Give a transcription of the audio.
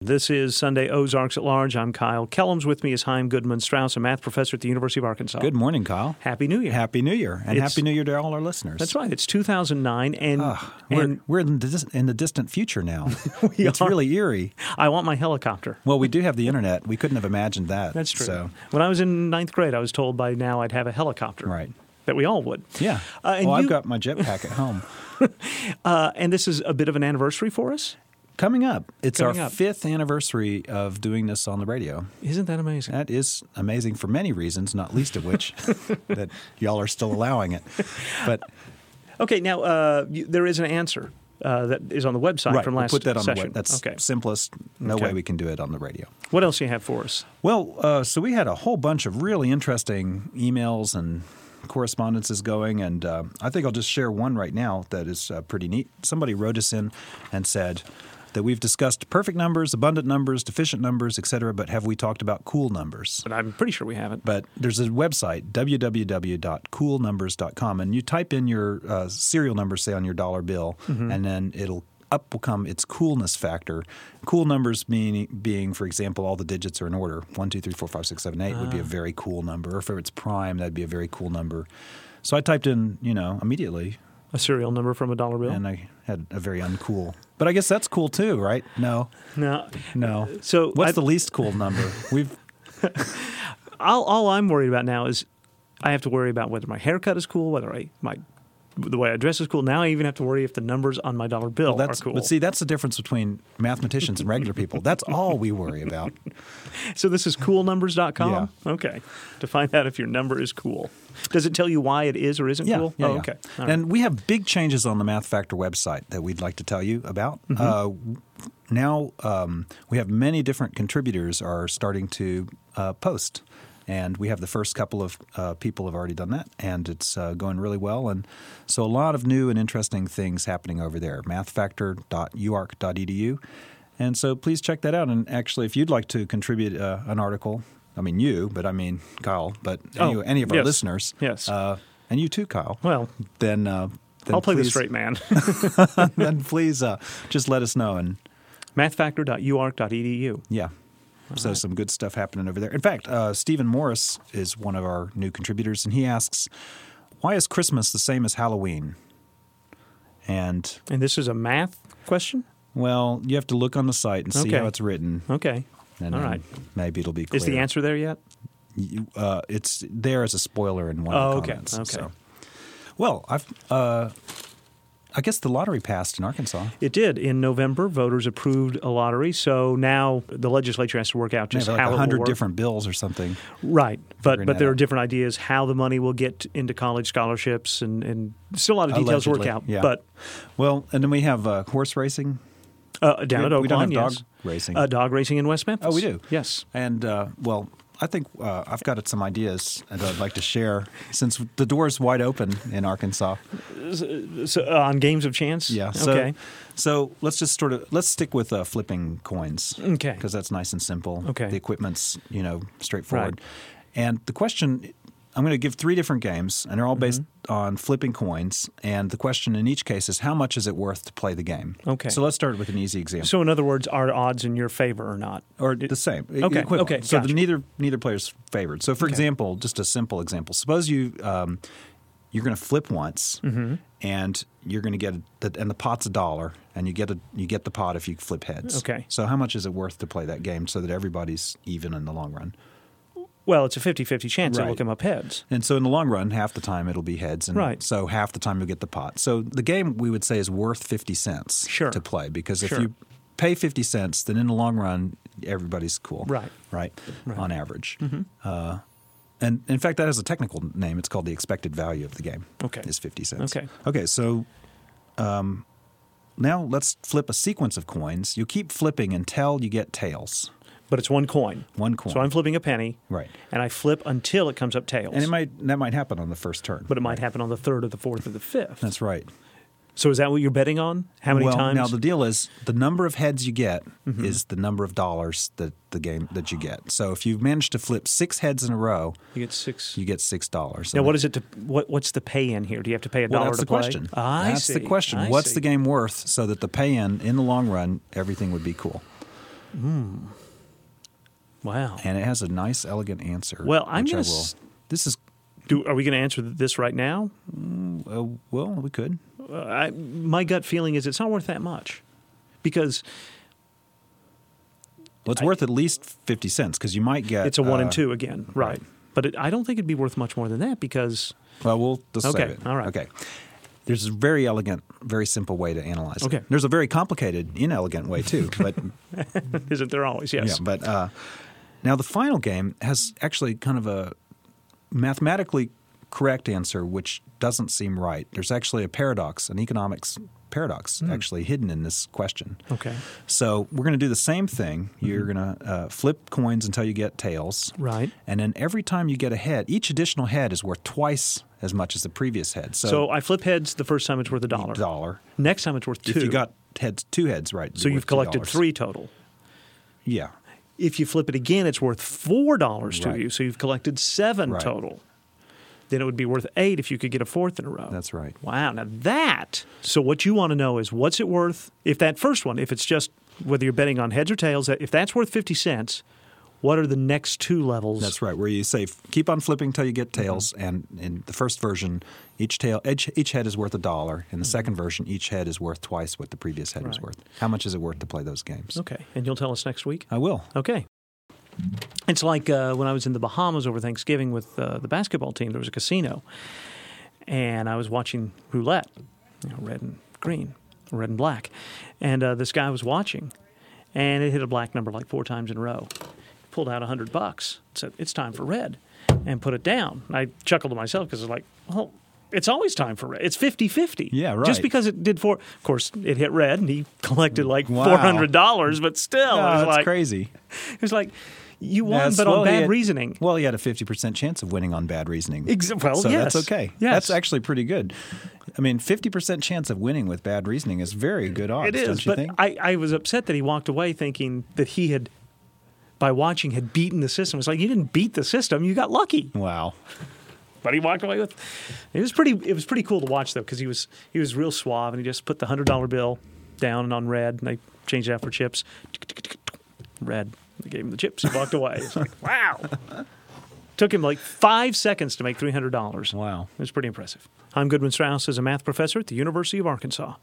This is Sunday Ozarks at Large. I'm Kyle Kellums. With me is Heim Goodman Strauss, a math professor at the University of Arkansas. Good morning, Kyle. Happy New Year. Happy New Year, and It's- Happy New Year to all our listeners. That's right. It's 2009, and, Ugh, Ah, we're and we're in the, dis- in the distant future now. it's are. really eerie. I want my helicopter. Well, we do have the internet. We couldn't have imagined that. That's true. So, When I was in ninth grade, I was told by now I'd have a helicopter. Right. That we all would. yeah. Uh, and well, you- I've got my jetpack at home. Uh, and this is a bit of an anniversary for us. Coming up, it's Coming our up. fifth anniversary of doing this on the radio. Isn't that amazing? That is amazing for many reasons, not least of which that y'all are still allowing it. But Okay, now uh, you, there is an answer uh, that is on the website right, from we'll last put that on session. the web. That's okay. simplest. No Okay. way we can do it on the radio. What else do you have for us? Well, uh, so we had a whole bunch of really interesting emails and correspondences going, and uh, I think I'll just share one right now that is uh, pretty neat. Somebody wrote us in and said that we've discussed perfect numbers, abundant numbers, deficient numbers, etc., but have we talked about cool numbers? But I'm pretty sure we haven't. But there's a website, www.coolnumbers.com, and you type in your uh, serial number, say on your dollar bill, Mm-hmm. and then it'll up will come its coolness factor. Cool numbers meaning being, for example, all the digits are in order. One, two, three, four, five, six, seven, eight would Ah. be a very cool number. Or if it's prime, that'd be a very cool number. So I typed in, you know, immediately, A serial number from a dollar bill. and uh, I had a very uncool. But I guess that's cool too, right? No, no. no. So what's I- the least cool number? We've All, all I'm worried about now is I have to worry about whether my haircut is cool, whether I my the way I dress is cool. Now I even have to worry if the numbers on my dollar bill That's are cool. but see, that's the difference between mathematicians and regular people. That's all we worry about. so this is coolnumbers.com. Okay. To find out if your number is cool. Does it tell you why it is or isn't Yeah, cool? yeah, oh, yeah. okay. All right. And we have big changes on the Math Factor website that we'd like to tell you about. Mm-hmm. Uh, now um, we have many different contributors are starting to uh, post, and we have the first couple of uh, people have already done that, and it's uh, going really well. And so a lot of new and interesting things happening over there. Mathfactor.uark.edu. e And so please check that out. And actually, if you'd like to contribute uh, an article, I mean you, but I mean Kyle, but Oh, any, any of our yes. listeners, Yes. uh, and you too, Kyle. Well, then, uh, then I'll play the please, straight man. then please uh, just let us know, and E Mathfactor.uark.edu. yeah. so some good stuff happening over there. In fact, uh, Stephen Morris is one of our new contributors, and he asks, "Why is Christmas the same as Halloween?" And And this is a math question? well, you have to look on the site and see Okay. how it's written, Okay. and All then right. maybe it'll be clear. Is the answer there yet? you, uh, it's there as a spoiler in one Oh, of okay, the comments. okay. So. Well, I've uh, I guess the lottery passed in Arkansas. It did. In November, voters approved a lottery. So now the legislature has to work out They just have how like it will hundred work. different bills or something. Right, but figuring but that there are out. different ideas how the money will get into college scholarships, and and still a lot of details Allegedly, work out. yeah. But Well, and then we have uh, horse racing. uh, down We- at we Oakland, don't have dog yes. racing. Uh, dog racing in West Memphis. Oh, we do. Yes. And uh, well, I think uh, I've got some ideas that I'd like to share since the door's wide open in Arkansas. So, uh, on games of chance. Yeah. So, Okay. So let's just sort of let's stick with uh, flipping coins. Okay. Because that's nice and simple. Okay. The equipment's you know straightforward. And the question, I'm going to give three different games, and they're all based Mm-hmm. on flipping coins. And the question in each case is, how much is it worth to play the game? Okay. So let's start with an easy example. So in other words, are odds in your favor or not? or the same. e- okay, equivalent. okay, So the, gotcha. neither neither player's favored. So for example, just a simple example. Suppose you um, you're going to flip once, Mm-hmm. and you're going to get the, and the pot's a dollar, and you get a you get the pot if you flip heads. Okay. So how much is it worth to play that game so that everybody's even in the long run? Well, it's a 50-50 chance it will Right. come up heads. And so in the long run, half the time it'll be heads, and Right. so half the time you'll get the pot. So the game we would say is worth fifty cents Sure. to play because if Sure. you pay fifty cents, then in the long run everybody's cool, Right. Mm-hmm. Right, on average. Uh, and in fact, that has a technical name. It's called the expected value of the game. Okay. is fifty cents. Okay. okay. So um, now let's flip a sequence of coins. You keep flipping until you get tails. But it's one coin. One coin. So I'm flipping a penny. Right. And I flip until it comes up tails. and it might that might happen on the first turn. but it might happen on the third or the fourth or the fifth. that's right. so is that what you're betting on? How many well, times? Mm-hmm. now the deal is the number of heads you get is the number of dollars that the game that you get. So if you manage to flip six heads in a row, you get six. you get six dollars. Now, what is it to what? What's the pay in here? Do you have to pay a well, dollar that's to the play? question. I that's see. the question. I What's see. the game worth so that the pay in in the long run everything would be cool? Wow. and it has a nice, elegant answer. Well, I'm which I gonna will- s- This is Do, are we going to answer this right now? uh, well, we could. Uh, I, my gut feeling is it's not worth that much because Well, it's worth at least fifty cents because you might get it's a one uh, and two again, right. right? But it, I don't think it'd be worth much more than that because Well, we'll just Okay, save it. all right. Okay. There's a very elegant, very simple way to analyze it. Okay. There's a very complicated, inelegant way too, but isn't there always? Yes. yeah. But uh, now the final game has actually kind of a mathematically correct answer, which doesn't seem right. There's actually a paradox, an economics paradox, Hmm. actually hidden in this question. Okay. So we're going to do the same thing. Hmm. You're going to uh, flip coins until you get tails. Right. And then every time you get a head, each additional head is worth twice as much as the previous head. So, So I flip heads the first time it's worth a dollar. dollar. Next time it's worth two. If you got heads, two heads right. so you're you've worth collected $2. three total. Yeah. If you flip it again, it's worth four dollars to Right. you. So you've collected seven Right. total. Then it would be worth eight if you could get a fourth in a row. That's right. Wow. Now that. So what you want to know is what's it worth? If that first one, if it's just whether you're betting on heads or tails, if that's worth fifty cents, what are the next two levels? That's right. Where you say keep on flipping till you get tails, Mm-hmm. and in the first version, each tail each, each head is worth a dollar. In the second version, each head is worth twice what the previous head was Mm-hmm. Right. worth. How much is it worth to play those games? Okay. And you'll tell us next week. I will. Okay. It's like uh, when I was in the Bahamas over Thanksgiving with uh, the basketball team. There was a casino, and I was watching roulette, you know, red and green, red and black, and uh, this guy was watching, and it hit a black number like four times in a row. Pulled out a hundred bucks, said it's time for red, and put it down. And I chuckled to myself because I was like, well. It's always time for red. It's 50-50. Yeah, Just right. because it did four, of course, it hit red and he collected like Wow. four hundred dollars, but still, it Ah, was that's like, crazy. it was like, you won, Yeah, but well, on he bad had- reasoning. Well, he had a 50% chance of winning on bad reasoning. Ex- well, so yes. that's okay. Yes. That's actually pretty good. I mean, 50% chance of winning with bad reasoning is very good odds, It is, don't you but think? I, I was upset that he walked away thinking that he had, by watching, had beaten the system. It's like you didn't beat the system; you got lucky. wow. But he walked away with. It was pretty. It was pretty cool to watch though, because he was he was real suave, and he just put the hundred dollar bill down and on red, and they changed it out for chips. Red. They gave him the chips. He walked away. It's like wow. Took him like five seconds to make three hundred dollars. Wow. It was pretty impressive. I'm Goodwin Strauss as a math professor at the University of Arkansas.